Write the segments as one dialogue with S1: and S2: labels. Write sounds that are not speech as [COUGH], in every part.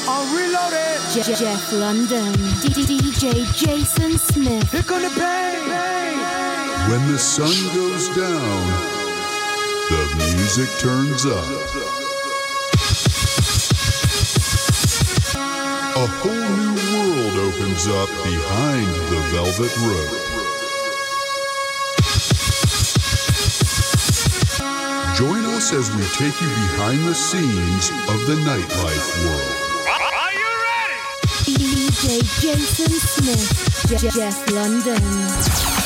S1: reloaded.
S2: Je- Jeff London, DJ Jason Smith,
S1: Here come the pain.
S3: When the sun goes down, the music turns up. A whole new world opens up behind the velvet rope. Join us as we take you behind the scenes of the nightlife world.
S4: Are you ready?
S2: DJ Jason Smith, Je- Jeff London.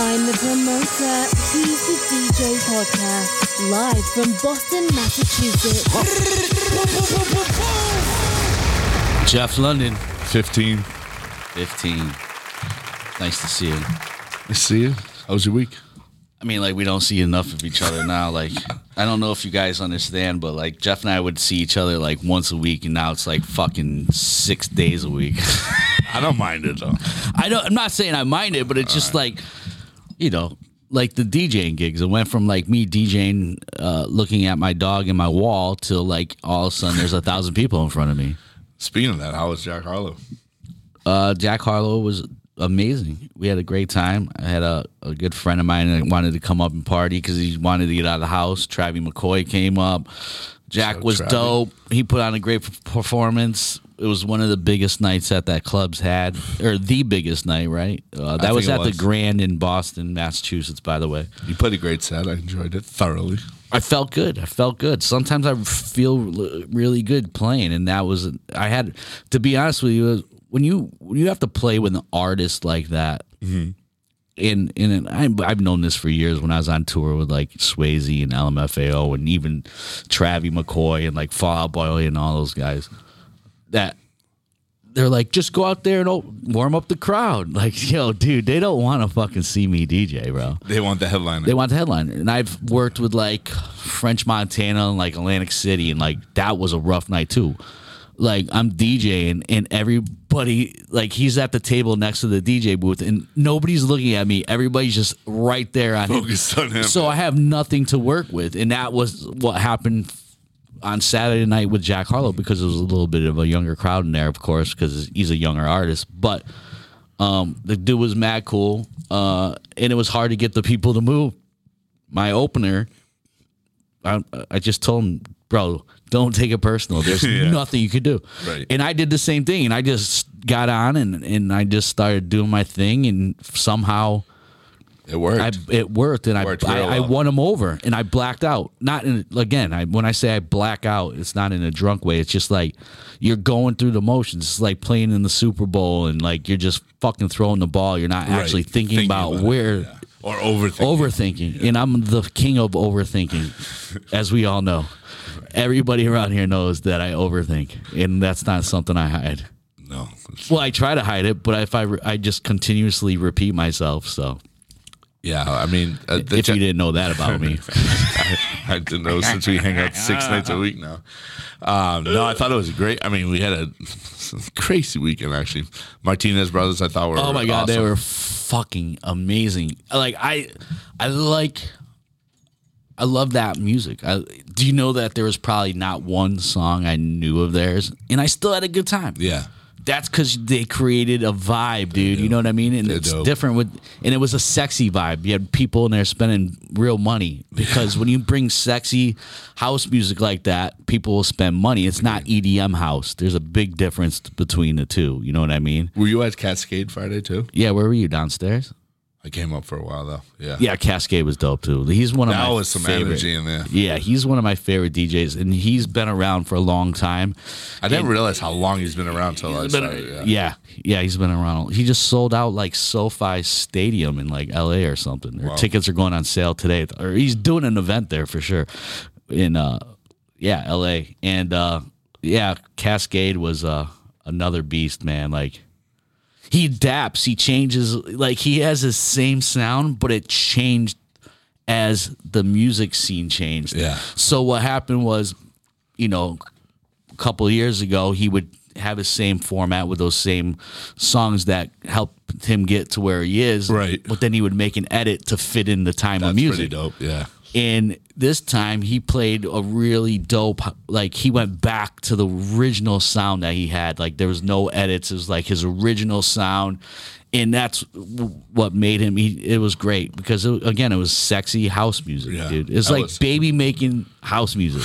S2: I'm the promoter, he's the DJ podcast, live from Boston, Massachusetts.
S5: Jeff London,
S6: 15.
S5: 15. Nice to see you.
S6: I see you. How was your week?
S5: I mean, like, we don't see enough of each other now. Like, I don't know if you guys understand, but like, Jeff and I would see each other like once a week, and now it's like fucking six days a week. [LAUGHS]
S6: I don't mind it though.
S5: I don't, I'm not saying I mind it, but it's just like, you know, like the DJing gigs. It went from like me DJing, uh, looking at my dog in my wall, to like all of a sudden there's a thousand people in front of me.
S6: Speaking of that, how was Jack Harlow?
S5: Uh, Jack Harlow was amazing. We had a great time. I had a, a good friend of mine that wanted to come up and party because he wanted to get out of the house. Travie McCoy came up. Jack
S6: So
S5: was
S6: Travie.
S5: dope. He put on a great p- performance. It was one of the biggest nights that that club's had, or the biggest night, right? Uh, that
S6: think
S5: was
S6: it
S5: at
S6: was.
S5: the Grand in Boston, Massachusetts, by the way.
S6: You played a great set. I enjoyed it thoroughly.
S5: I felt good. I felt good. Sometimes I feel l- really good playing, and that was I had to be honest with you. uh, When you when you have to play with an artist like that, and and I'm, I've known this for years. When I was on tour with like Swayze and LMFAO, and even Travie McCoy and like Fallout Boy and all those guys, that they're like, just go out there and o- warm up the crowd. [LAUGHS] Like, yo, dude, they don't want to fucking see me DJ, bro.
S6: They want the headliner. [LAUGHS]
S5: They want the headliner. And I've worked with like French Montana and like Atlantic City, and like that was a rough night too. Like I'm DJing, and everybody like he's at the table next to the DJ booth, and nobody's looking at me. Everybody's just right there on him.
S6: Focused on him.
S5: So I have nothing to work with, and that was what happened on Saturday night with Jack Harlow because it was a little bit of a younger crowd in there, of course, because he's a younger artist. But um, the dude was mad cool, uh, and it was hard to get the people to move. My opener, I, I just told him, bro, don't take it personal. There's
S6: [LAUGHS] Yeah.
S5: nothing you could do.
S6: Right.
S5: And I did the same thing, and I just got on and and I just started doing my thing, and somehow.
S6: it worked.
S5: I, it worked, and I,
S6: Worked
S5: I,
S6: real
S5: I
S6: well.
S5: won him over, and I blacked out. Not in again. I when I say I black out, it's not in a drunk way. It's just like you're going through the motions. It's like playing in the Super Bowl, and like you're just fucking throwing the ball. You're not
S6: Right.
S5: actually thinking, about,
S6: it,
S5: where
S6: yeah. or overthinking.
S5: overthinking, and I'm the king of
S6: [LAUGHS]
S5: overthinking, as we all know. Everybody around here knows that I overthink, and that's not something I hide.
S6: no.
S5: Well, I try to hide it, but if I re- I just continuously repeat myself. So
S6: Yeah, I mean, uh, the
S5: if
S6: Jack-
S5: you didn't know that about me.
S6: [LAUGHS] I didn't know since we hang out
S5: [LAUGHS]
S6: six nights a week now. Um, no, I thought it was great. I mean, we had a [LAUGHS] crazy weekend actually. Martinez brothers, I thought were
S5: Oh my god, they
S6: awesome.
S5: were fucking amazing. Like I, I like, I love that music. I, do you know that there was probably not one song I knew of theirs, and I still had a good time.
S6: yeah.
S5: That's because they created a vibe, dude. You know what I mean? And
S6: They're
S5: it's
S6: dope.
S5: different with, and it was a sexy vibe. You had people in there spending real money because when you bring sexy house music like that, people will spend money. It's not EDM house. There's a big difference between the two. You know what I mean?
S6: Were you at Cascade Friday too?
S5: Yeah, where were you downstairs?
S6: I came up for a while though. Yeah,
S5: Yeah, Cascade was dope too. He's one of
S6: That
S5: my
S6: was some
S5: favorite-
S6: energy in there.
S5: Yeah, he's one of my favorite DJs, and he's been around for a long time.
S6: I didn't realize how long he's been around till I started.
S5: yeah.
S6: Yeah.
S5: yeah, he's been around. He just sold out like SoFi Stadium in like LA or something. Or tickets are going on sale today, or he's doing an event there for sure. In uh, yeah, LA, and uh, yeah, Cascade was uh another beast, man. Like he adapts, he changes. Like he has his same sound, but it changed as the music scene changed.
S6: Yeah.
S5: So what happened was, you know, a couple of years ago, he would have his same format with those same songs that helped him get to where he is.
S6: Right.
S5: But then he would make an edit to fit in the time of
S6: That's
S5: music.
S6: [LAUGHS] pretty dope. Yeah,
S5: And this time he played a really dope, like he went back to the original sound that he had. Like there was no edits. It was like his original sound. And that's w- what made him. He, it was great because it, again, it was sexy house music,
S6: Yeah,
S5: dude. It's
S6: that
S5: like
S6: was-
S5: baby making house music.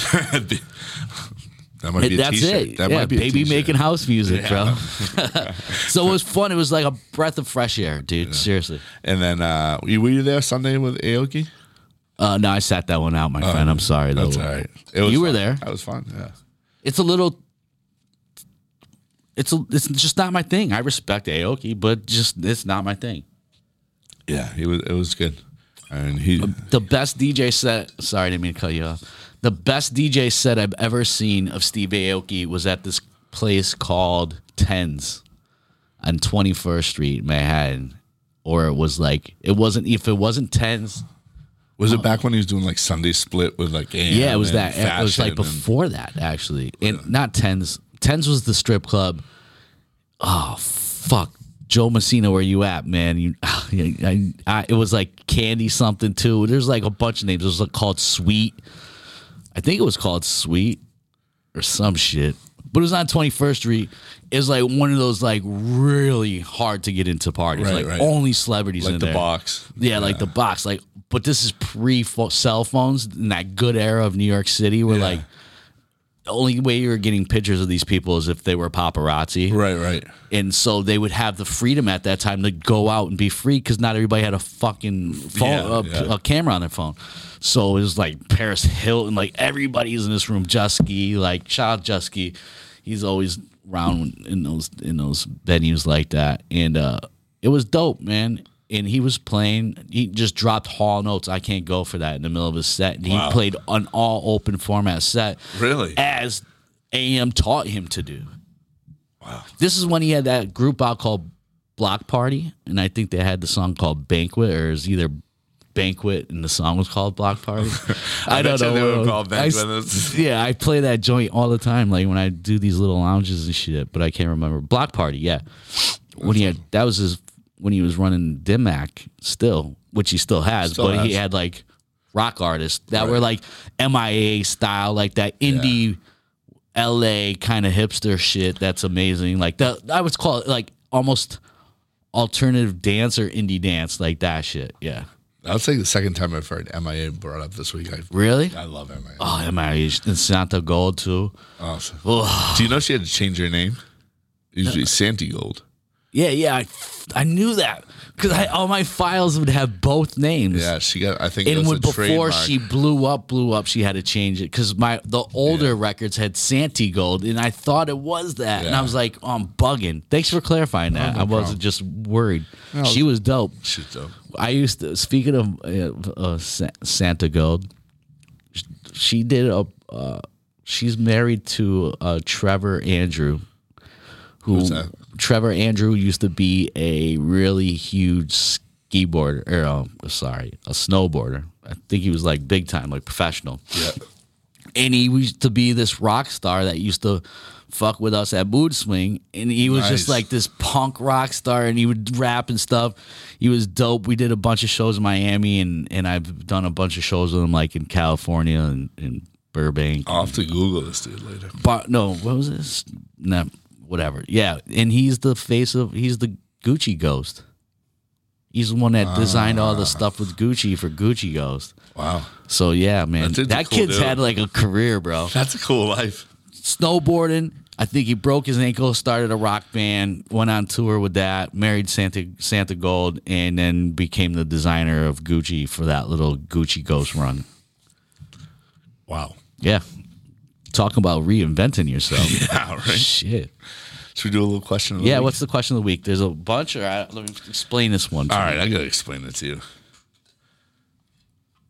S6: that might be a
S5: that's
S6: t-shirt.
S5: it.
S6: That
S5: yeah,
S6: might be a
S5: baby
S6: t-shirt.
S5: making house music, bro. [LAUGHS] so it was fun. It was like a breath of fresh air, dude. Seriously.
S6: And then uh, you- were you there Sunday with Aoki?
S5: Uh, no, I sat that one out, my friend. I'm sorry though.
S6: Oh, That's all right.
S5: You were
S6: fun.
S5: there.
S6: That was fun. Yeah.
S5: It's a little. It's a, it's just not my thing. I respect Aoki, E, but just it's not my thing.
S6: Yeah. It was. It was good. And he.
S5: The best DJ set. Sorry, I didn't mean to cut you off. The best DJ set I've ever seen of Steve Aoki was at this place called Tens on 21st Street, Manhattan. Or it was like it wasn't if it wasn't Tens.
S6: Was it back when he was doing like Sunday split with like AM
S5: uh, Yeah, it was
S6: and
S5: that. e- It was like
S6: Fashion and-
S5: before that, actually. And not tens. Tens was the strip club. Oh fuck, Joe Messina, where you at, man? You, [SIGHS] I, I, it was like candy something too. There's like a bunch of names. It was like called Sweet. I think it was called Sweet or some shit. But it was on 21st Street. It was like one of those like really hard to get into parties.
S6: Right,
S5: like
S6: right.
S5: only celebrities
S6: like
S5: in
S6: the
S5: there.
S6: box.
S5: Yeah, like the box. Like, but this is pre pho- cell phones in that good era of New York City, where
S6: Yeah.
S5: like the only way you were getting pictures of these people is if they were paparazzi,
S6: Right. Right.
S5: and so they would have the freedom at that time to go out and be free because not everybody had a fucking phone,
S6: Yeah,
S5: a,
S6: yeah.
S5: a camera on their phone. So it was like Paris Hilton, like everybody's in this room. Jusky, like shout out Jusky, he's always around in those in those venues like that, and uh, it was dope, man. And he was playing. He just dropped Hall notes. I can't go for that in the middle of his set. And he
S6: Wow.
S5: played an all open format set
S6: Really?
S5: as AM taught him to do. Wow. This is when he had that group out called Block Party, and I think they had the song called Banquet, or is either Banquet and the song was called Block
S6: [LAUGHS]
S5: Party. I, don't
S6: betcha
S5: know.
S6: they were
S5: what it was.
S6: called
S5: I s-
S6: Banquet.
S5: yeah, I play that joint all the time, like when I do these little lounges and shit. But I can't remember Block Party. Yeah, when he had that was his when he was running Dimac still, which he still has,
S6: Still
S5: but he
S6: has.
S5: had like rock artists that were like MIA style, like that indie. LA kind of hipster shit that's amazing. Like the I would call it like almost alternative dance or indie dance, like that shit. Yeah.
S6: That's like the second time I've heard MIA brought up this week. I,
S5: Really?
S6: I love MIA.
S5: Oh, am I and Santa Gold too?
S6: Awesome. Do you know she had to change her name? It used to be Santi Gold.
S5: Yeah, yeah. I, I knew that because I all my files would have both names.
S6: Yeah, she got. I think it
S5: And
S6: was
S5: when
S6: a
S5: before
S6: trademark.
S5: she blew up, blew up, she had to change it because my the older records had Santi Gold, and I thought it was that, and
S6: Yeah.
S5: I was like, oh, I'm bugging. Thanks for clarifying that. I wasn't just worried. she was dope.
S6: Shit, though.
S5: I used to speaking of uh, uh, Sa- Santa Gold, sh- she did a. Uh, she's married to uh, Trevor Andrew, who
S6: Who's that?
S5: Trevor Andrew used to be a really huge skiboarder. Or um, sorry, a snowboarder. I think he was like big time, like professional
S6: Yeah.
S5: and he used to be this rock star that used to fuck with us at Mood Swing, and he was just
S6: Nice.
S5: like this punk rock star, and he would rap and stuff. He was dope. We did a bunch of shows in Miami, and and I've done a bunch of shows with him, like in California and, and Burbank.
S6: I'll have to Google this dude later.
S5: Bar- no, what was this? Nah, whatever. Yeah, and he's the face of he's the Gucci Ghost. He's the one that designed all
S6: Ah.
S5: the stuff with Gucci for Gucci Ghost.
S6: Wow.
S5: So yeah, man,
S6: That dude's
S5: that,
S6: a cool
S5: kid's
S6: dude.
S5: had like a career, bro
S6: That's a cool life.
S5: snowboarding. I think he broke his ankle, started a rock band, went on tour with that, married Santa Santa Gold, and then became the designer of Gucci for that little Gucci Ghost run.
S6: Wow. [LAUGHS]
S5: Yeah. Talking about reinventing yourself.
S6: [LAUGHS] Yeah, right.
S5: Shit.
S6: Should we do a little question? Of the
S5: Yeah,
S6: week?
S5: what's the question of the week? There's a bunch, or I, let me explain this one.
S6: All right, I gotta explain it to you.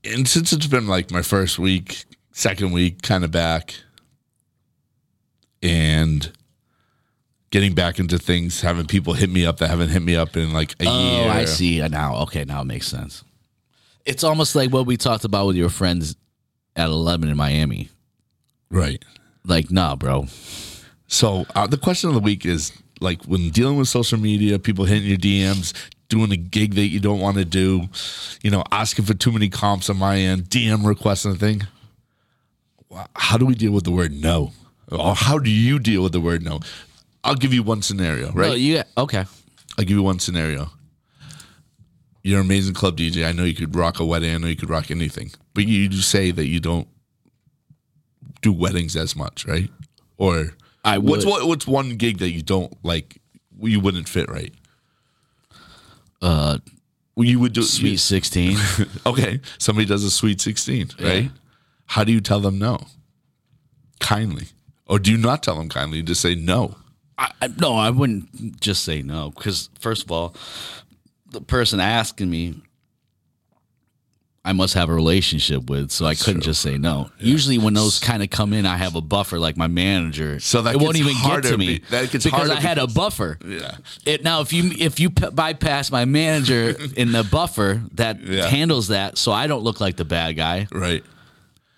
S6: And since it's been like my first week, second week, kind of back, and getting back into things, having people hit me up that haven't hit me up in like a
S5: Oh,
S6: year.
S5: I see. Now, okay, now it makes sense. It's almost like what we talked about with your friends at 11 in Miami.
S6: Right.
S5: Like, nah, bro.
S6: So uh, the question of the week is like when dealing with social media, people hitting your DMs. doing a gig that you don't want to do, you know, asking for too many comps on my end, DM requesting a thing. Wha- How do we deal with the word no? Or how do you deal with the word no? I'll give you one scenario, right?
S5: Oh, you okay?
S6: I'll give you one scenario. You're an amazing club DJ. I know you could rock a wedding. I know you could rock anything. But you do say that you don't do weddings as much, right? Or
S5: I
S6: what's
S5: would.
S6: what, what's one gig that you don't like? You wouldn't fit right.
S5: Uh,
S6: Well, You would do
S5: sweet [LAUGHS] sixteen.
S6: okay. Somebody does a sweet sixteen, right?
S5: Yeah.
S6: How do you tell them no? Kindly, or do you not tell them kindly? You just say no.
S5: I, I, no, I wouldn't just say no because first of all, the person asking me, I must have a relationship with, so I couldn't just say no. Usually, when those kind of come in, I have a buffer, like my manager,
S6: So that
S5: it won't
S6: gets
S5: even get
S6: harder
S5: to me
S6: be- that gets
S5: because
S6: harder
S5: I had a
S6: because-
S5: buffer.
S6: Yeah.
S5: It, now, if you if you p- bypass my manager in the buffer that
S6: [LAUGHS] Yeah.
S5: handles that, so I don't look like the bad guy.
S6: Right.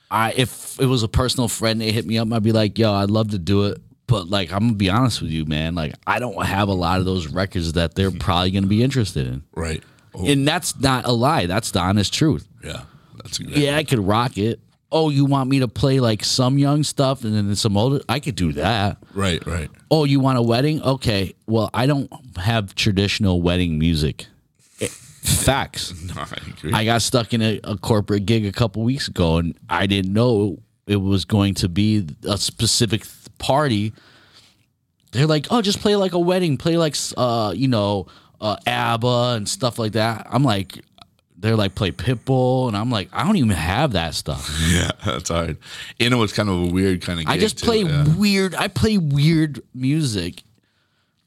S5: I if it was a personal friend that hit me up, I'd be like, yo, I'd love to do it. But like I'm gonna be honest with you, man. Like I don't have a lot of those records that they're probably gonna be interested in.
S6: Right. Oh,
S5: And that's not a lie. That's the honest truth.
S6: yeah. That's a good.
S5: Yeah, I could rock it. Oh, you want me to play like some young stuff and then some older? I could do that.
S6: Right. Right.
S5: Oh, you want a wedding? Okay. Well, I don't have traditional wedding music. It- facts.
S6: No, I agree.
S5: I got stuck in a, a corporate gig a couple weeks ago, and I didn't know it was going to be a specific th- party. They're like, "Oh, just play like a wedding, play like s- uh, you know, uh, ABBA and stuff like that." I'm like, they're like, "Play Pitbull," and I'm like, "I don't even have that
S6: [LAUGHS]
S5: stuff.
S6: Yeah, [LAUGHS] that's hard. And it was kind of a weird kind of.
S5: I
S6: gig,
S5: just
S6: too,
S5: play
S6: yeah.
S5: weird. I play weird music,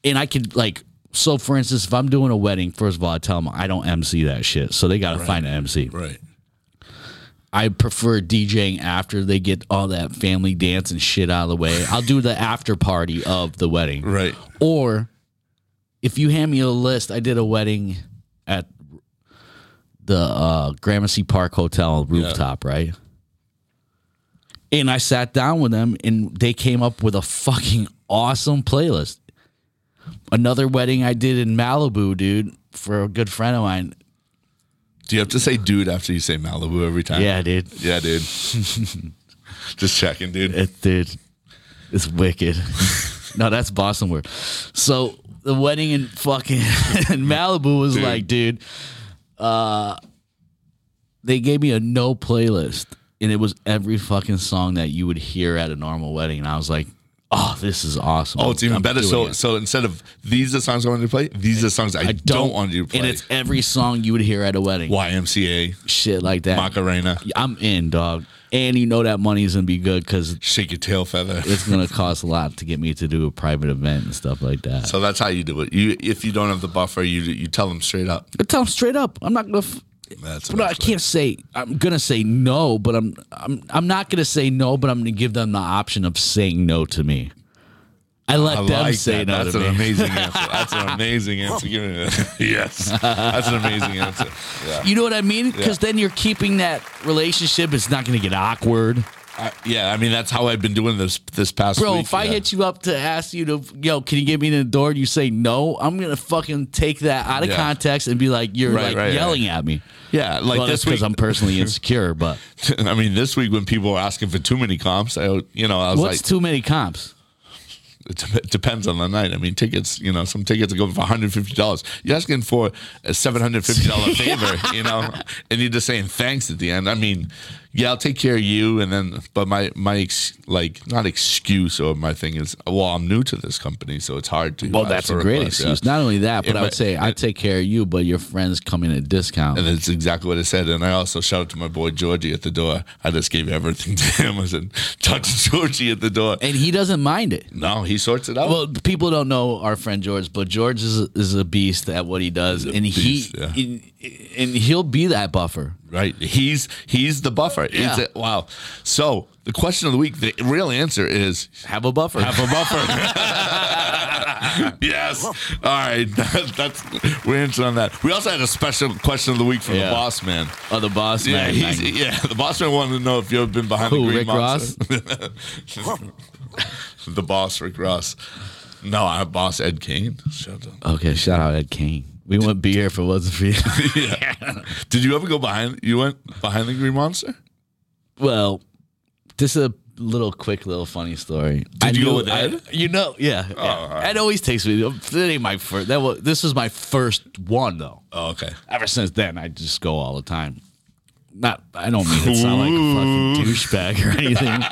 S5: and I could like." So, for instance, if I'm doing a wedding, first of all, I tell them I don't MC that shit, so they got to find an MC.
S6: Right.
S5: I prefer DJing after they get all that family dance and shit out of the way. I'll do the after party of the wedding.
S6: Right.
S5: Or if you hand me a list, I did a wedding at the uh, Gramercy Park Hotel rooftop, right? And I sat down with them and they came up with a fucking awesome playlist. Another wedding I did in Malibu, dude, for a good friend of mine.
S6: Do you have to say dude after you say Malibu every time?
S5: Yeah, dude. [LAUGHS]
S6: Yeah, dude. just checking, dude.
S5: It dude, it's wicked. [LAUGHS] no, that's Boston word. So the wedding in fucking [LAUGHS] in Malibu was
S6: Dude.
S5: like, dude, uh, they gave me a no playlist, and it was every fucking song that you would hear at a normal wedding, and I was like, oh, this is awesome.
S6: Oh, it's even
S5: I'm
S6: better.
S5: doing
S6: So,
S5: it.
S6: so instead of these are songs I wanted to play, these are songs I,
S5: I
S6: don't, want you to play.
S5: and it's every song you would hear at a wedding,
S6: YMCA,
S5: shit like that.
S6: Macarena,
S5: I'm in, dog, and you know that money's gonna be good because
S6: Shake Your Tail Feather.
S5: it's gonna cost a lot to get me to do a private event and stuff like that.
S6: So that's how you do it. You, if you don't have the buffer, you you tell them straight up.
S5: I tell them straight up. I'm not gonna. F-
S6: That's
S5: no, I
S6: enough.
S5: can't say I'm gonna say no, but I'm I'm I'm not gonna say no, but I'm gonna give them the option of saying no to me. I let
S6: I
S5: them
S6: like
S5: say
S6: that.
S5: no
S6: That's
S5: to
S6: an
S5: me. [LAUGHS]
S6: amazing answer. That's an amazing answer. Give me that. [LAUGHS] yes, that's an amazing answer. Yeah.
S5: You know what I mean? Because
S6: Yeah.
S5: then you're keeping that relationship. It's not gonna get awkward,
S6: I, yeah, I mean that's how I've been doing this this past
S5: bro.
S6: week.
S5: if I
S6: yeah.
S5: hit you up to ask you to, yo, can you get me in the door? And you say no. I'm gonna fucking take that out of
S6: Yeah.
S5: context and be like, you're
S6: Right,
S5: like
S6: right,
S5: yelling at me.
S6: yeah, like
S5: Like
S6: this week.
S5: because I'm
S6: [LAUGHS]
S5: personally insecure. But
S6: I mean, this week when people were asking for too many comps, I you know I was
S5: what's
S6: like,
S5: too many comps?
S6: it dep- depends on the night. I mean, tickets, you know, some tickets go for 150 dollars. You're asking for a 750
S5: [LAUGHS]
S6: dollar favor, you know, and you're just saying thanks at the end. I mean, yeah, I'll take care of you, and then but my my ex, like not excuse or my thing is well, I'm new to this company, so it's hard to.
S5: Well,
S6: ask
S5: that's a
S6: for
S5: great
S6: requests, yeah.
S5: excuse. Not only that, but
S6: It
S5: I
S6: might-
S5: would say I take care of you, but your friends come in at discount.
S6: And that's exactly what I said. And I also shouted to my boy Georgie at the door. I just gave everything [LAUGHS] to him. I said, talk to Georgie at the door.
S5: And he doesn't mind it.
S6: No, he sorts it out.
S5: Well, people don't know our friend George, but George is a, is a beast at what he does, and he
S6: beast, yeah.
S5: and, and he'll be that buffer.
S6: right. He's he's the buffer.
S5: Yeah.
S6: It's a- wow. So the question of the week, the real answer is [LAUGHS]
S5: Have a buffer.
S6: have
S5: [LAUGHS]
S6: a buffer. yes. All right. [LAUGHS] That's, that's we're answering on that. We also had a special question of the week from
S5: Yeah.
S6: the boss man.
S5: oh, the boss
S6: Yeah,
S5: man.
S6: he's,
S5: Like,
S6: yeah. The boss man wanted to know if you ever been behind
S5: Who,
S6: the green
S5: Rick
S6: monster. [LAUGHS] the boss, Rick Ross. No, our boss Ed Kane. Shut up. [LAUGHS]
S5: okay, shout out Ed Kane. We wouldn't be here if it wasn't for you. [LAUGHS]
S6: Did you ever go behind? You went behind the Green Monster?
S5: well, just a little quick, little funny story. Did
S6: you go with Ed? Oh,
S5: you know, yeah. yeah. Ed always takes me. That ain't my first. That was, this is my first one though.
S6: Oh, okay.
S5: ever since then, I just go all the time. Not, I don't mean to sound like a fucking
S6: [LAUGHS]
S5: douchebag or anything,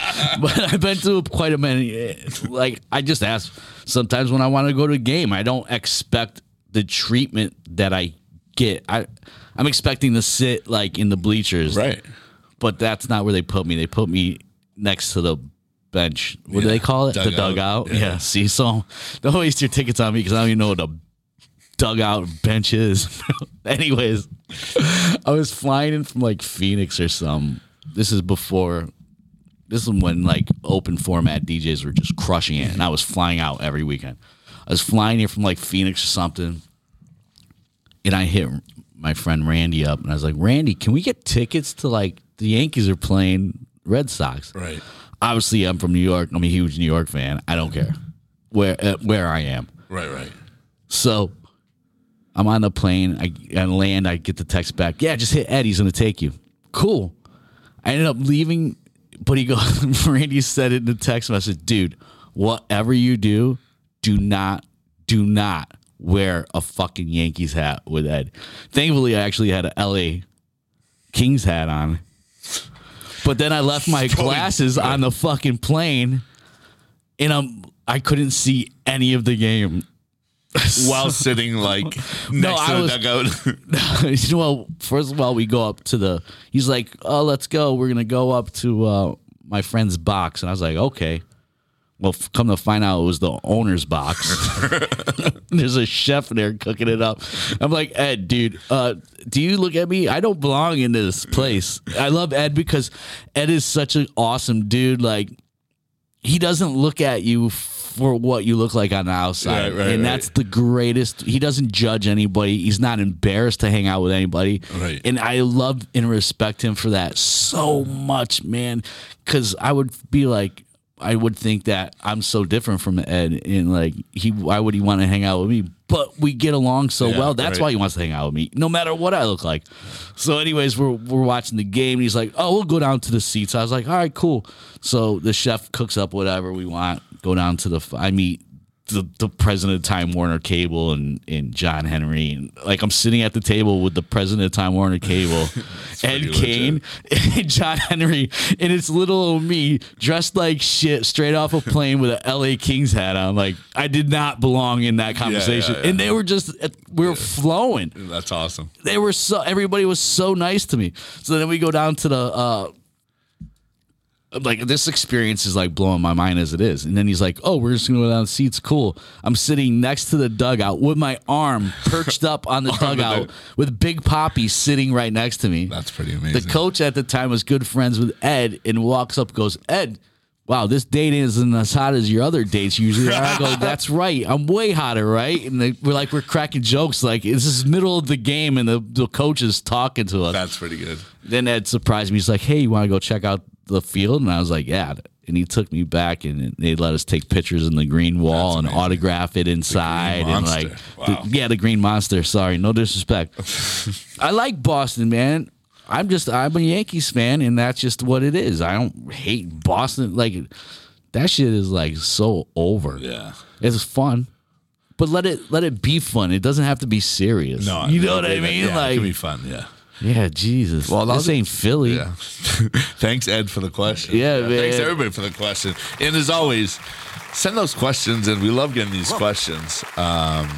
S5: [LAUGHS] but I've been to quite a many. eh, Like, I just ask sometimes when I want to go to a game, I don't expect the treatment that I get. I, I'm expecting to sit like in the bleachers,
S6: Right.
S5: But that's not where they put me. They put me next to the bench. What do
S6: Yeah,
S5: they call it? The
S6: dugout.
S5: dugout.
S6: Yeah.
S5: Yeah. See, so [LAUGHS] don't waste your tickets on me because I don't even know what a dugout bench is. [LAUGHS] Anyways, I was flying in from like Phoenix or some. This is before. This is when like open format DJs were just crushing it, and I was flying out every weekend. I was flying in from like Phoenix or something, and I hit my friend Randy up, and I was like, "Randy, can we get tickets to like the Yankees are playing Red Sox?"
S6: Right.
S5: obviously I'm from New York. I'm a huge New York fan. I don't care where uh, where I am.
S6: Right. Right.
S5: So I'm on the plane. I, I land. I get the text back. Yeah, just hit Eddie's gonna take you. Cool. I ended up leaving, but he goes. [LAUGHS] Randy said it in the text message, dude. Whatever you do, do not, do not wear a fucking Yankees hat with Ed. Thankfully, I actually had a LA Kings hat on. But then I left my glasses on the fucking plane, and I'm I couldn't see any of the game.
S6: [LAUGHS] While sitting like
S5: [LAUGHS]
S6: next
S5: I
S6: to
S5: was-
S6: the
S5: [LAUGHS]
S6: dugout. [LAUGHS]
S5: well, first of all, we go up to the. He's like, "Oh, let's go. We're gonna go up to uh, my friend's box," and I was like, "Okay." Well, f- come to find out, it was the owner's
S6: [LAUGHS]
S5: box. [LAUGHS] There's a chef in there cooking it up. I'm like, Ed, dude, uh, do you look at me? I don't belong in this place. I love Ed because Ed is such an awesome dude. Like, he doesn't look at you for what you look like on the outside.
S6: Right, right,
S5: and
S6: right.
S5: that's the greatest. He doesn't judge anybody. He's not embarrassed to hang out with anybody.
S6: Right.
S5: And I love and respect him for that so much, man. Cause I would be like, I would think that I'm so different from Ed and like he why would he want to hang out with me? But we get along so
S6: Yeah,
S5: well. That's
S6: right.
S5: why he wants to hang out with me, no matter what I look like. So, anyways, we're we're watching the game and he's like, Oh, we'll go down to the seats. I was like, All right, cool. So the chef cooks up whatever we want, go down to the f- I meet the, the president of Time Warner Cable and, and John Henry and like I'm sitting at the table with the president of Time Warner Cable, Ed
S6: pretty
S5: Kane, and [LAUGHS] John Henry, and it's little old me dressed like shit, straight off a plane with a LA Kings hat on. Like I did not belong in that conversation,
S6: yeah.
S5: and they were just eh, we were flowing
S6: That's awesome.
S5: they were so everybody was so nice to me. So then we go down to the uh like this experience is like blowing my mind as it is. And then he's like, "Oh, we're just gonna go down the seats. Cool." I'm sitting next to the dugout with my arm perched up
S6: [LAUGHS]
S5: on the
S6: the
S5: dugout
S6: dug-
S5: with Big Poppy sitting right next to me.
S6: That's pretty
S5: The
S6: amazing.
S5: coach at the time was good friends with Ed and walks up, goes, Ed, wow, this date isn't as hot as your other dates usually. And I go, that's right. I'm way hotter, right? And they, we're like, we're cracking jokes. Like, this is middle of the game, and the, the coach is talking to us.
S6: That's pretty good.
S5: then Ed surprised me. He's like, hey, you want to go check out the field? And I was like, yeah. And he took me back, and they let us take pictures in the green wall
S6: That's
S5: and
S6: amazing.
S5: autograph it inside. And
S6: Monster.
S5: like,
S6: Wow.
S5: the- yeah, the green monster. Sorry, no
S6: [LAUGHS]
S5: disrespect. I like Boston, man. I'm just I'm a Yankees fan, and that's just what it is. I don't hate Boston. Like that shit is like so over.
S6: Yeah.
S5: It's fun, but let it let it be fun. It doesn't have to be serious.
S6: I
S5: you know what I
S6: agree that-
S5: mean?
S6: yeah, it
S5: like
S6: could be fun. Yeah.
S5: yeah, Jesus. Well,
S6: that
S5: this
S6: was-
S5: ain't Philly.
S6: Yeah. [LAUGHS] thanks, Ed, for the question.
S5: Yeah, man.
S6: Thanks, everybody, for the question. And as always, send those questions, and we love getting these questions. Um,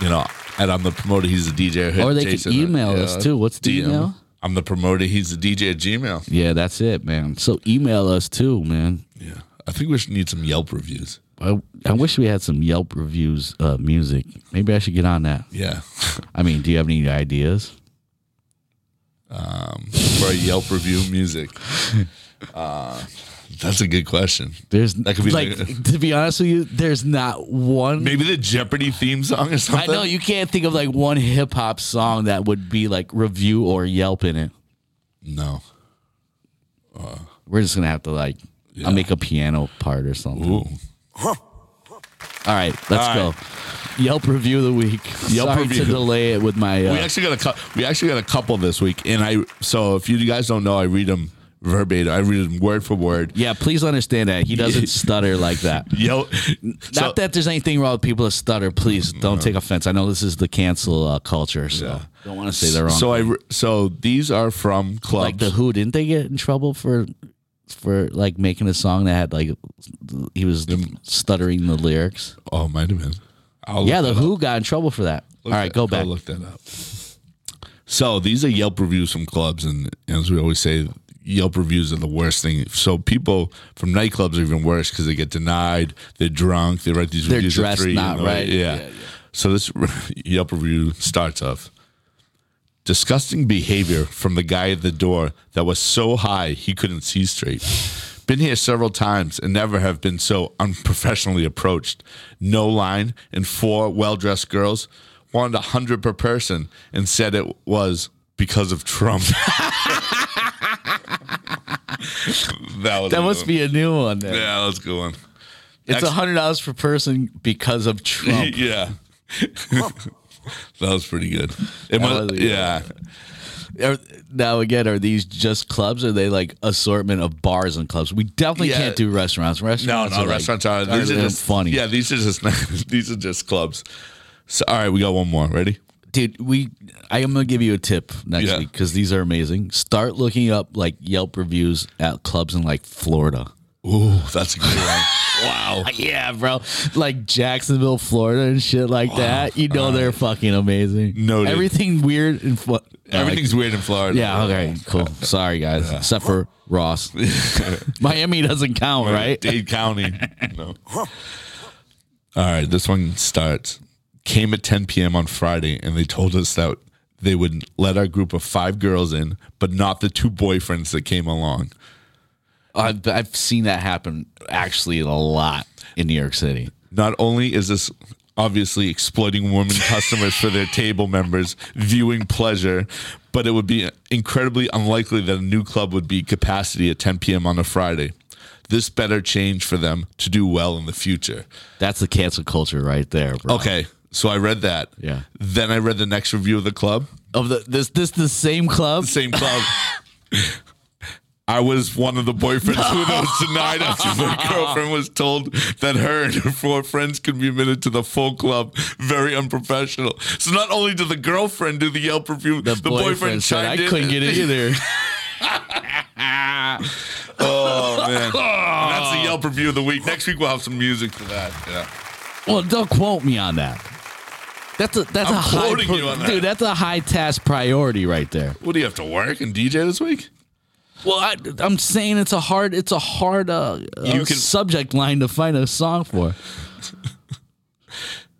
S6: you know, and I'm the promoter. He's a DJ. hit
S5: Or they could
S6: Jason, uh,
S5: email us, too. What's the
S6: DM.
S5: email?
S6: I'm the promoter. He's a DJ at Gmail.
S5: Yeah, that's it, man. So email us too, man.
S6: Yeah. I think we should need some Yelp reviews.
S5: I, I wish we had some Yelp reviews uh, music. Maybe I should get on that.
S6: Yeah. [LAUGHS]
S5: I mean, do you have any ideas?
S6: for a Yelp review [LAUGHS] music. Uh, that's a good question.
S5: There's
S6: That could be
S5: like to be honest with you, there's not one.
S6: Maybe the Jeopardy theme song or
S5: I
S6: something.
S5: know you can't think of like one hip hop song that would be like review or Yelp in it.
S6: No.
S5: We're just gonna have to like I'll make a piano part or something.
S6: Ooh.
S5: All right, let's
S6: All
S5: go.
S6: right.
S5: Yelp review of the week.
S6: Yelp
S5: Sorry
S6: review.
S5: to delay it with my. Uh,
S6: We actually got a cou- we actually got a couple this week, and I so if you guys don't know, I read them verbatim. I read them word for word.
S5: yeah, please understand that he
S6: [LAUGHS]
S5: doesn't stutter like that.
S6: Yo, so- Mm,
S5: Not that there's anything wrong with people that stutter. Please don't take offense. I know this is the cancel uh, culture, so
S6: Yeah.
S5: don't want to say the wrong.
S6: So I re- so these are from clubs.
S5: like the Who didn't they get in trouble for for like making a song that had like he was stuttering the lyrics?
S6: oh, might have been. I'll
S5: yeah,
S6: look
S5: the
S6: that up.
S5: Who got in trouble for that.
S6: Look
S5: All right,
S6: that-
S5: go
S6: I'll
S5: back.
S6: Look that up. So these are Yelp reviews from clubs, and as we always say, Yelp reviews are the worst thing. So people from nightclubs are even worse because they get denied, they're drunk, they write these
S5: They're
S6: reviews at
S5: dressed
S6: three,
S5: not
S6: you know,
S5: right.
S6: Yeah.
S5: Yeah, yeah.
S6: So this [LAUGHS] Yelp review starts off. Disgusting behavior from the guy at the door that was so high he couldn't see straight. Been here several times and never have been so unprofessionally approached. No line and four well dressed girls wanted a hundred per person and said it was because of Trump. [LAUGHS] that was
S5: That must be a new one. Then.
S6: yeah, that was a good one.
S5: It's
S6: [LAUGHS] Ex-
S5: a hundred dollars per person because of
S6: [LAUGHS]
S5: Trump.
S6: yeah. that was pretty good. It
S5: That
S6: must,
S5: was-
S6: yeah.
S5: Are- now again, are these just clubs? Or are they like assortment of bars and clubs? We definitely
S6: Yeah.
S5: can't do restaurants.
S6: No,
S5: Restaurants,
S6: no,
S5: are
S6: restaurants
S5: like,
S6: are these are
S5: them
S6: just
S5: funny.
S6: Yeah, these are just [LAUGHS] these are just clubs. So all right, we got one more. Ready?
S5: dude we i am gonna give you a tip next
S6: Yeah.
S5: week because these are amazing start looking up like yelp reviews at clubs in like florida
S6: Ooh, that's a good one. wow.
S5: [LAUGHS] yeah bro like jacksonville florida and shit like that you know they're fucking amazing
S6: Noted.
S5: everything weird and fl-
S6: Everything's weird in Florida.
S5: yeah okay cool sorry guys except for
S6: [LAUGHS]
S5: ross miami doesn't count right [LAUGHS]
S6: Dade County. No. All right, this one starts. Came at 10 p.m. on Friday, and they told us that they would let our group of five girls in, but not the two boyfriends that came along.
S5: I've, I've seen that happen actually a lot in new york city
S6: Not only is this obviously exploiting women customers for their table members, viewing pleasure, but it would be incredibly unlikely that a new club would be capacity at 10 p.m. on a Friday. This better change for them to do well in the future.
S5: that's the cancel culture right there bro.
S6: Okay, so I read that.
S5: Yeah.
S6: Then I read the next review of the club.
S5: of the this this the same club [LAUGHS]
S6: Same club. I was one of the boyfriends who was denied
S5: [LAUGHS]
S6: after my girlfriend was told that her and her four friends could be admitted to the full club. Very unprofessional. So not only did the girlfriend do the Yelp review, [LAUGHS] the, boyfriend,
S5: said I
S6: chimed in.
S5: couldn't get it either.
S6: [LAUGHS] Oh
S5: [LAUGHS]
S6: man, And that's the Yelp review of the week. Next week we'll have some music for that. Yeah.
S5: well, don't quote me on that. That's a that's
S6: I'm
S5: a high
S6: quoting you on that.
S5: dude. That's a high task priority right there.
S6: What do you have to work and DJ this week?
S5: Well, I, I'm saying it's a hard it's a hard uh, uh,
S6: You can-
S5: subject line to find a song [LAUGHS] for.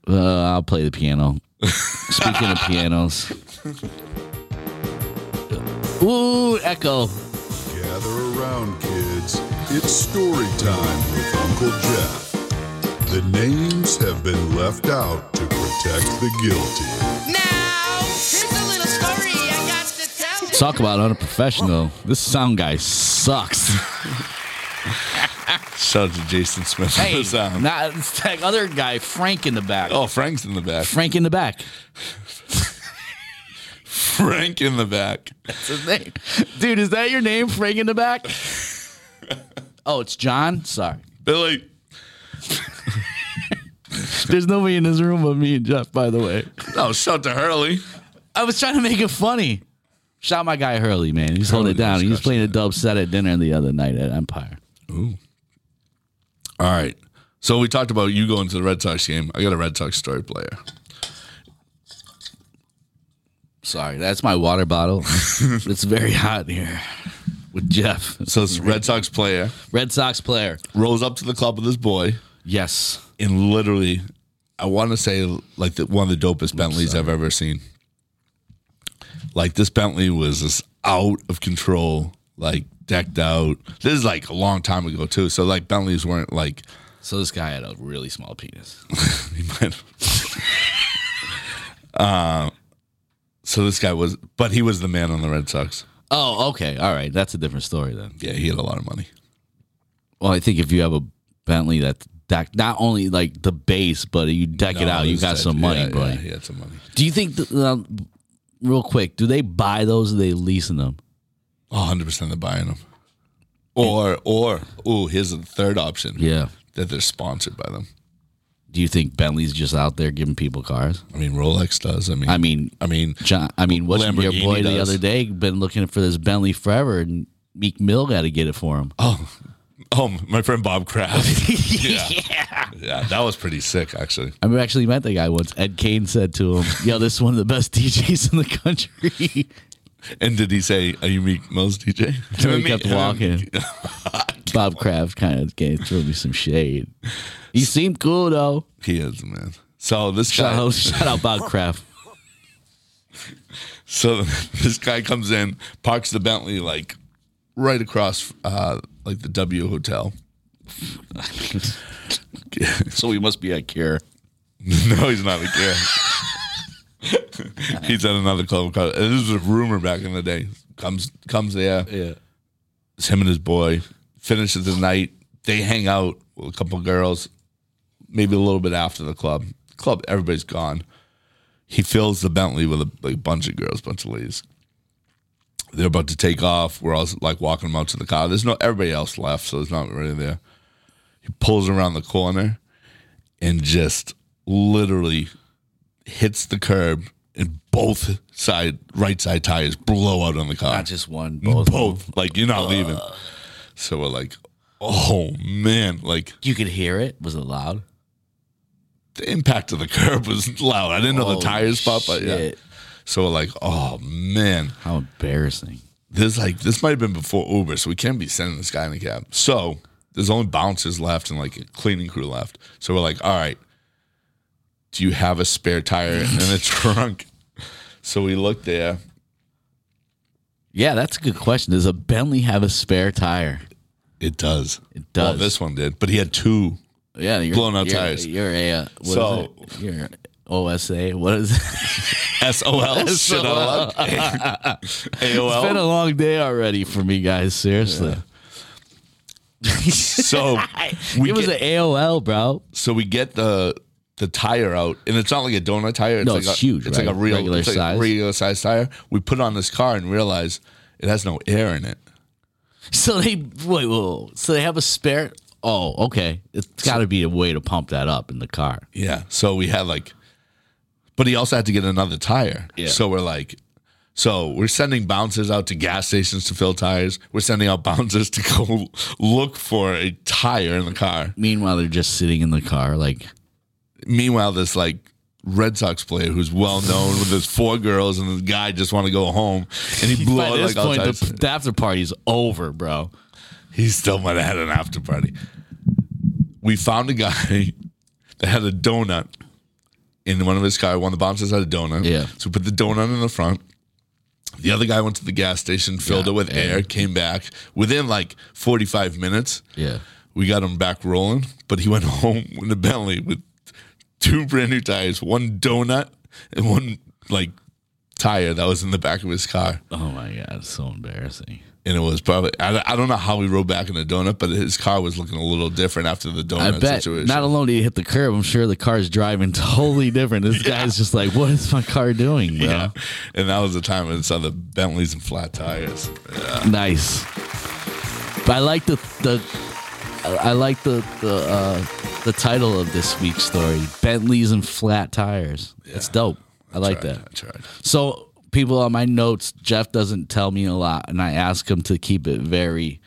S5: uh, I'll play the piano. Speaking of pianos, ooh, echo.
S3: Gather around, kids. It's story time with Uncle Jeff. The names have been left out to protect the guilty.
S1: Now, here's a little story I got to tell. you.
S5: Talk about unprofessional. This sound guy sucks.
S6: Shout out to Jason Smith. for
S5: Hey,
S6: the sound.
S5: not- it's that other guy, Frank in the back.
S6: oh, Frank's in the back.
S5: Frank in the back.
S6: Frank in the back.
S5: That's his name. Dude, is that your name, Frank in the [LAUGHS] back? Oh, it's John? Sorry.
S6: Billy.
S5: There's nobody in this room but me and Jeff, by the way.
S6: No, Oh, shout to Hurley.
S5: I was trying to make it funny. Shout out my guy Hurley, man. He's holding it down. He was playing a dub set at dinner the other night at Empire.
S6: All right. So we talked about you going to the Red Sox game. I got a Red Sox story player.
S5: Sorry, that's my water [LAUGHS] bottle. it's very hot here with Jeff.
S6: So this Red Sox player
S5: Red Sox player.
S6: rolls up to the club with this boy
S5: Yes.
S6: and literally, I want to say like the, one of the dopest Bentleys I've ever seen. Like this Bentley was just out of control, like decked out. This is like a long time ago too. So like Bentleys weren't like
S5: So this guy had a really small penis.
S6: [LAUGHS] He might have. uh, so this guy was, but he was the man on the Red Sox.
S5: Oh, okay. All right. That's a different story then.
S6: Yeah, he had a lot of money.
S5: Well, I think if you have a Bentley that's deck not only like the base, but you deck it
S6: No,
S5: out. You
S6: it's
S5: got
S6: dead.
S5: some money,
S6: yeah,
S5: buddy.
S6: Yeah, he had some money.
S5: Do you think that, uh, real quick? Do they buy those? Or they leasing them?
S6: 100 Oh, percent they're buying them. Or or oh, here's the third option.
S5: Yeah.
S6: that they're sponsored by them.
S5: Do you think Bentley's just out there giving people cars?
S6: I mean, Rolex does. I mean,
S5: I mean,
S6: I mean,
S5: John, I mean, what's your
S6: Lamborghini
S5: boy the
S6: does.
S5: other day been looking for this Bentley forever, and Meek Mill got to get it for him.
S6: oh, oh, my friend Bob
S5: [LAUGHS]
S6: Kraft. yeah. yeah, that was pretty sick actually.
S5: I mean, actually met the guy once. Ed Kane said to him, "Yo, this is one of the best [LAUGHS] DJs in the country." [LAUGHS]
S6: And did he say, "Are you Meek Mill's DJ?"
S5: So he kept walking. Bob Kraft kind of gave threw me some shade. He seemed cool though.
S6: [LAUGHS] He is man. So this
S5: Shout
S6: guy,
S5: out, shout out Bob Kraft.
S6: so [LAUGHS] this guy comes in, parks the Bentley like right across, uh, like the W Hotel.
S5: [LAUGHS]
S6: [LAUGHS]
S5: so he must be a cure.
S6: No, he's not a kid. [LAUGHS] he's at another club. called- and This was a rumor back in the day. Comes comes there.
S5: Yeah.
S6: It's him and his boy. Finishes the night. They hang out with a couple girls. Maybe a little bit after the club. Club. Everybody's gone. He fills the Bentley with a like, bunch of girls, bunch of ladies. They're about to take off. We're all like walking them out to the car. There's no everybody else left, so it's not really there. He pulls around the corner and just literally hits the curb and both side right side tires blow out on the car.
S5: Not just one,
S6: both.
S5: both. Uh.
S6: Like you're not leaving. So we're like, oh man, like
S5: You could hear it. Was it loud?
S6: the impact of the curb was loud. I didn't know the
S5: Oh,
S6: tires popped, but yeah.
S5: shit.
S6: So we're like, oh man.
S5: How embarrassing.
S6: This like this might have been before Uber, so we can't be sending this guy in a cab. So there's only bouncers left and like a cleaning crew left. So we're like, all right, do you have a spare tire in
S5: [LAUGHS]
S6: the trunk? So we looked there.
S5: Yeah, that's a good question. Does a Bentley have a spare tire?
S6: It does.
S5: It
S6: Well,
S5: does.
S6: this one did, but he had two.
S5: Yeah, you're
S6: Blown out
S5: you're-
S6: tires.
S5: You're a uh, what is
S6: So-
S5: it? You're OSA. What is it? [LAUGHS]
S6: SOL. Shit, I love-
S5: It's been a
S6: AOL.
S5: long day already for me, guys. Seriously. [LAUGHS]
S6: So we
S5: it was
S6: get,
S5: an AOL, bro.
S6: so we get the the tire out, and it's not like a donut tire. It's
S5: No,
S6: like
S5: it's
S6: a,
S5: huge,
S6: It's
S5: right?
S6: like a real
S5: Regular
S6: it's like a
S5: size.
S6: regular size tire. We put it on this car and realize it has no air in it.
S5: So they wait, whoa. So they have a spare. Oh, okay. It's got to be a way to pump that up in the car.
S6: Yeah. So we had like, but he also had to get another tire.
S5: Yeah.
S6: So we're like, so we're sending bouncers out to gas stations to fill tires. We're sending out [LAUGHS] bouncers to go look for a tire in the car.
S5: Meanwhile, they're just sitting in the car, like
S6: Meanwhile, this like Red Sox player who's well known with his four girls and the guy just want to go home and he blew
S5: by
S6: out
S5: this
S6: like
S5: point,
S6: outside.
S5: the, the after party's over, bro.
S6: he still might have had an after party. We found a guy [LAUGHS] that had a donut in one of his car. One of the bouncers had a donut.
S5: Yeah.
S6: So we put the donut in the front. The other guy went to the gas station, filled
S5: Yeah,
S6: it with air, came back. Within like 45 minutes,
S5: Yeah.
S6: we got him back rolling, but he went [LAUGHS] home with a Bentley with two brand new tires, one donut and one like tire that was in the back of his car.
S5: Oh my god, it's so embarrassing.
S6: And it was probably, I, I don't know how he rode back in the donut, but his car was looking a little different after the
S5: I
S6: donut
S5: bet.
S6: situation.
S5: Not alone did he hit the curb. I'm sure the car's driving [LAUGHS] totally different. This guy's just like, "What is my car doing, bro?"
S6: yeah. And that was the time I saw the Bentleys and flat tires.
S5: Nice. But I like the the I I like the the uh, the title of this week's story: Bentleys and flat tires. That's dope. I like
S6: Tried,
S5: that.
S6: I tried.
S5: So, people on my notes, Jeff doesn't tell me a lot, and I ask him to keep it very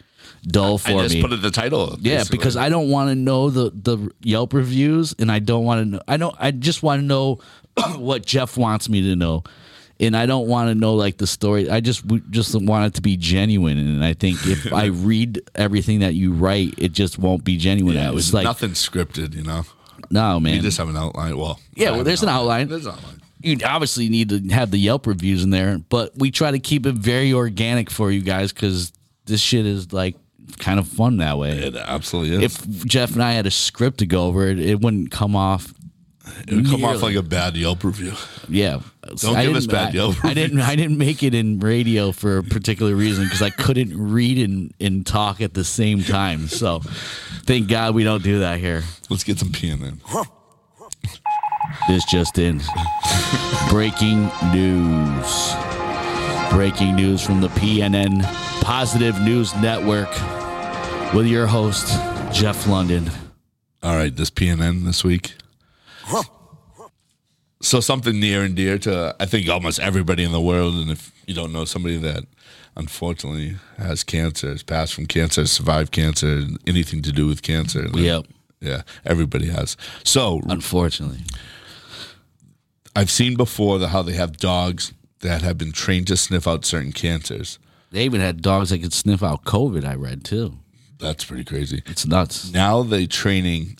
S5: dull for
S6: I just
S5: me.
S6: put it the title.
S5: yeah,
S6: basically.
S5: because I don't want to know the the Yelp reviews, and I don't want to know. I don't. I just want to know [CLEARS THROAT] what Jeff wants me to know, and I don't want to know like the story. I just we just want it to be genuine, and I think
S6: [LAUGHS]
S5: if I read everything that you write, it just won't be genuine.
S6: yeah,
S5: it was like
S6: nothing scripted, you know?
S5: no man.
S6: You just have an outline. Well,
S5: Yeah,
S6: I
S5: well,
S6: have
S5: there's an outline.
S6: There's an outline.
S5: you obviously need to have the Yelp reviews in there, but we try to keep it very organic for you guys because this shit is like kind of fun that way.
S6: It absolutely is.
S5: if Jeff and I had a script to go over, it, it wouldn't come off.
S6: It would come off
S5: Nearly.
S6: like a bad Yelp review. [LAUGHS]
S5: Yeah,
S6: Don't give us
S5: didn't-
S6: bad
S5: I-
S6: Yelp
S5: I didn't. I didn't make it in radio for a particular reason because I couldn't read and, and talk at the same time. So Thank God we don't do that here.
S6: Let's get some pee in then.
S5: This just in. Breaking news. Breaking news from the PNN Positive News Network with your host, Jeff London.
S6: All right, this PNN this week. So something near and dear to I think almost everybody in the world, and if you don't know somebody that unfortunately has cancer, has passed from cancer, survived cancer, anything to do with cancer.
S5: Yep.
S6: Yeah, everybody has. So
S5: Unfortunately.
S6: I've seen before the, how they have dogs that have been trained to sniff out certain cancers.
S5: They even had dogs that could sniff out COVID, I read too.
S6: That's pretty crazy.
S5: It's nuts.
S6: Now they training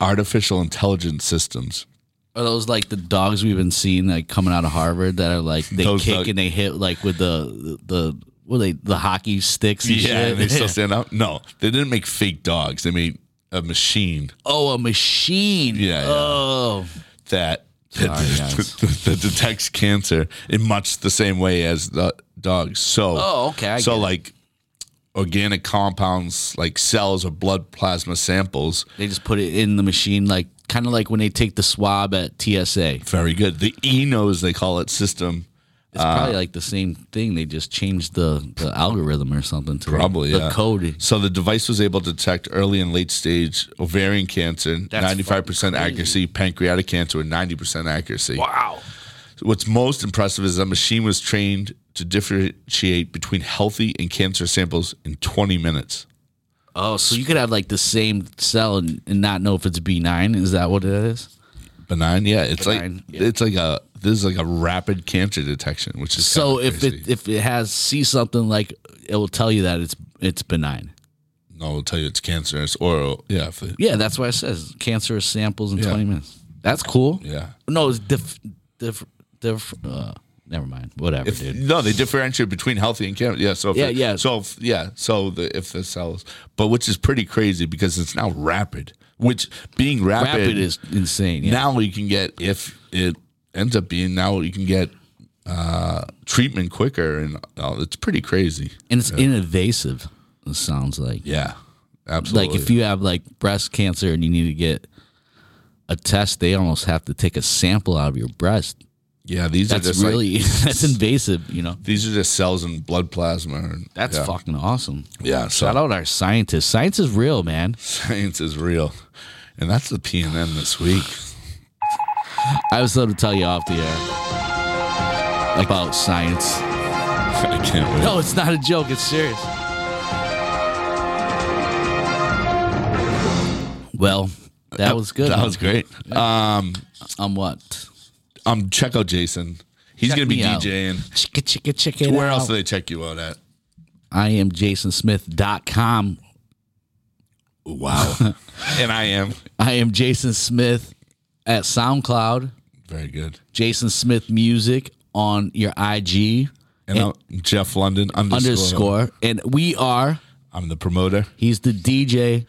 S6: artificial
S5: [LAUGHS]
S6: intelligence systems.
S5: Are those like the dogs we've been seeing like coming out of Harvard that are like they
S6: Those
S5: kick
S6: dog-
S5: and they hit like with the the what are they the hockey sticks and
S6: Yeah,
S5: shit?
S6: and they
S5: [LAUGHS]
S6: still stand out. No, they didn't make fake dogs. They made a machine
S5: oh, a machine.
S6: Yeah, yeah.
S5: Oh.
S6: that that,
S5: Sorry, guys.
S6: [LAUGHS] that detects cancer in much the same way as the dogs. So,
S5: Oh, okay, I
S6: so
S5: get it.
S6: like organic compounds, like cells or blood plasma samples.
S5: They just put it in the machine, like kind of like when they take the swab at TSA. It's
S6: Very good. The ENOS they call it system. Uh,
S5: probably like the same thing. They just changed the, the algorithm or something to
S6: Probably
S5: the
S6: yeah.
S5: code.
S6: So the device was able to detect early and late stage ovarian cancer, ninety five percent accuracy, pancreatic cancer with ninety percent accuracy. Wow. What's most impressive is the machine was trained to differentiate between healthy and cancer samples in twenty minutes.
S5: Oh, so you could have like the same cell and, and not know if it's B nine. Is that what it is?
S6: Benign, yeah. It's
S5: Benign,
S6: like
S5: yeah.
S6: it's like a this is like a rapid cancer detection, which is
S5: So
S6: kinda
S5: if
S6: crazy.
S5: it if it has see something like it will tell you that it's it's benign.
S6: no, it'll tell you it's cancerous or yeah, if it,
S5: Yeah, that's why it says cancerous samples in
S6: Yeah.
S5: twenty minutes. That's cool.
S6: yeah.
S5: No, it's diff diff diff. Uh, never mind. Whatever,
S6: If-
S5: dude.
S6: no, they differentiate between healthy and cancer. Yeah, so if
S5: Yeah,
S6: it-
S5: yeah.
S6: So if, yeah, so the, if the cells, but which is pretty crazy because it's now rapid. Which being rapid,
S5: Rapid is insane. Yeah.
S6: now you can get if it ends up being now you can get uh, treatment quicker and oh, it's pretty crazy.
S5: and it's invasive. It sounds like
S6: Yeah, absolutely.
S5: like if you have like breast cancer and you need to get a test, they almost have to take a sample out of your breast.
S6: yeah, these are
S5: That's
S6: just like-
S5: really [LAUGHS] that's invasive. You know,
S6: these are just cells and blood plasma. and-
S5: that's
S6: yeah.
S5: fucking awesome.
S6: Yeah, so-
S5: shout out our scientists. Science is real, man.
S6: Science is real, and that's the PNN this week. [LAUGHS]
S5: I was going to tell you off the air about science.
S6: I can't wait.
S5: No, it's not a joke. It's serious. Well, that was good.
S6: That was great. Um,
S5: on what?
S6: um, check out Jason. He's
S5: Check
S6: gonna be
S5: me out.
S6: DJing.
S5: Chicka chicka chicka.
S6: Where
S5: out.
S6: else do they check you out at?
S5: I am jasonsmith.com.
S6: Wow. [LAUGHS] and I am
S5: I am Jason Smith at SoundCloud,
S6: very good.
S5: Jason Smith Music on your IG
S6: And, I'm Jeff London underscore.
S5: underscore. And we are,
S6: I'm the promoter.
S5: he's the DJ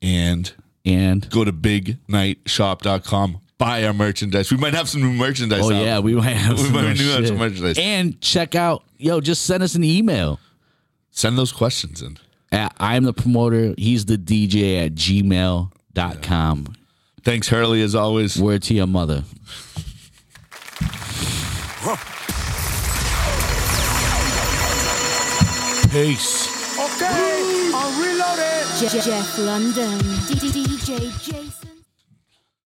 S6: And
S5: and.
S6: go to bignightshop.com. Buy our merchandise. We might have some new merchandise.
S5: Oh
S6: out.
S5: yeah, we might have
S6: [LAUGHS] We
S5: some,
S6: might
S5: more
S6: do have
S5: shit.
S6: some merchandise.
S5: And check out, yo, just send us an email
S6: Send those questions in.
S5: at I'm the promoter, he's the DJ at gmail.com.
S6: Thanks, Hurley, as always.
S5: Word to your mother.
S6: Peace.
S2: Jeff London. DJ Jason.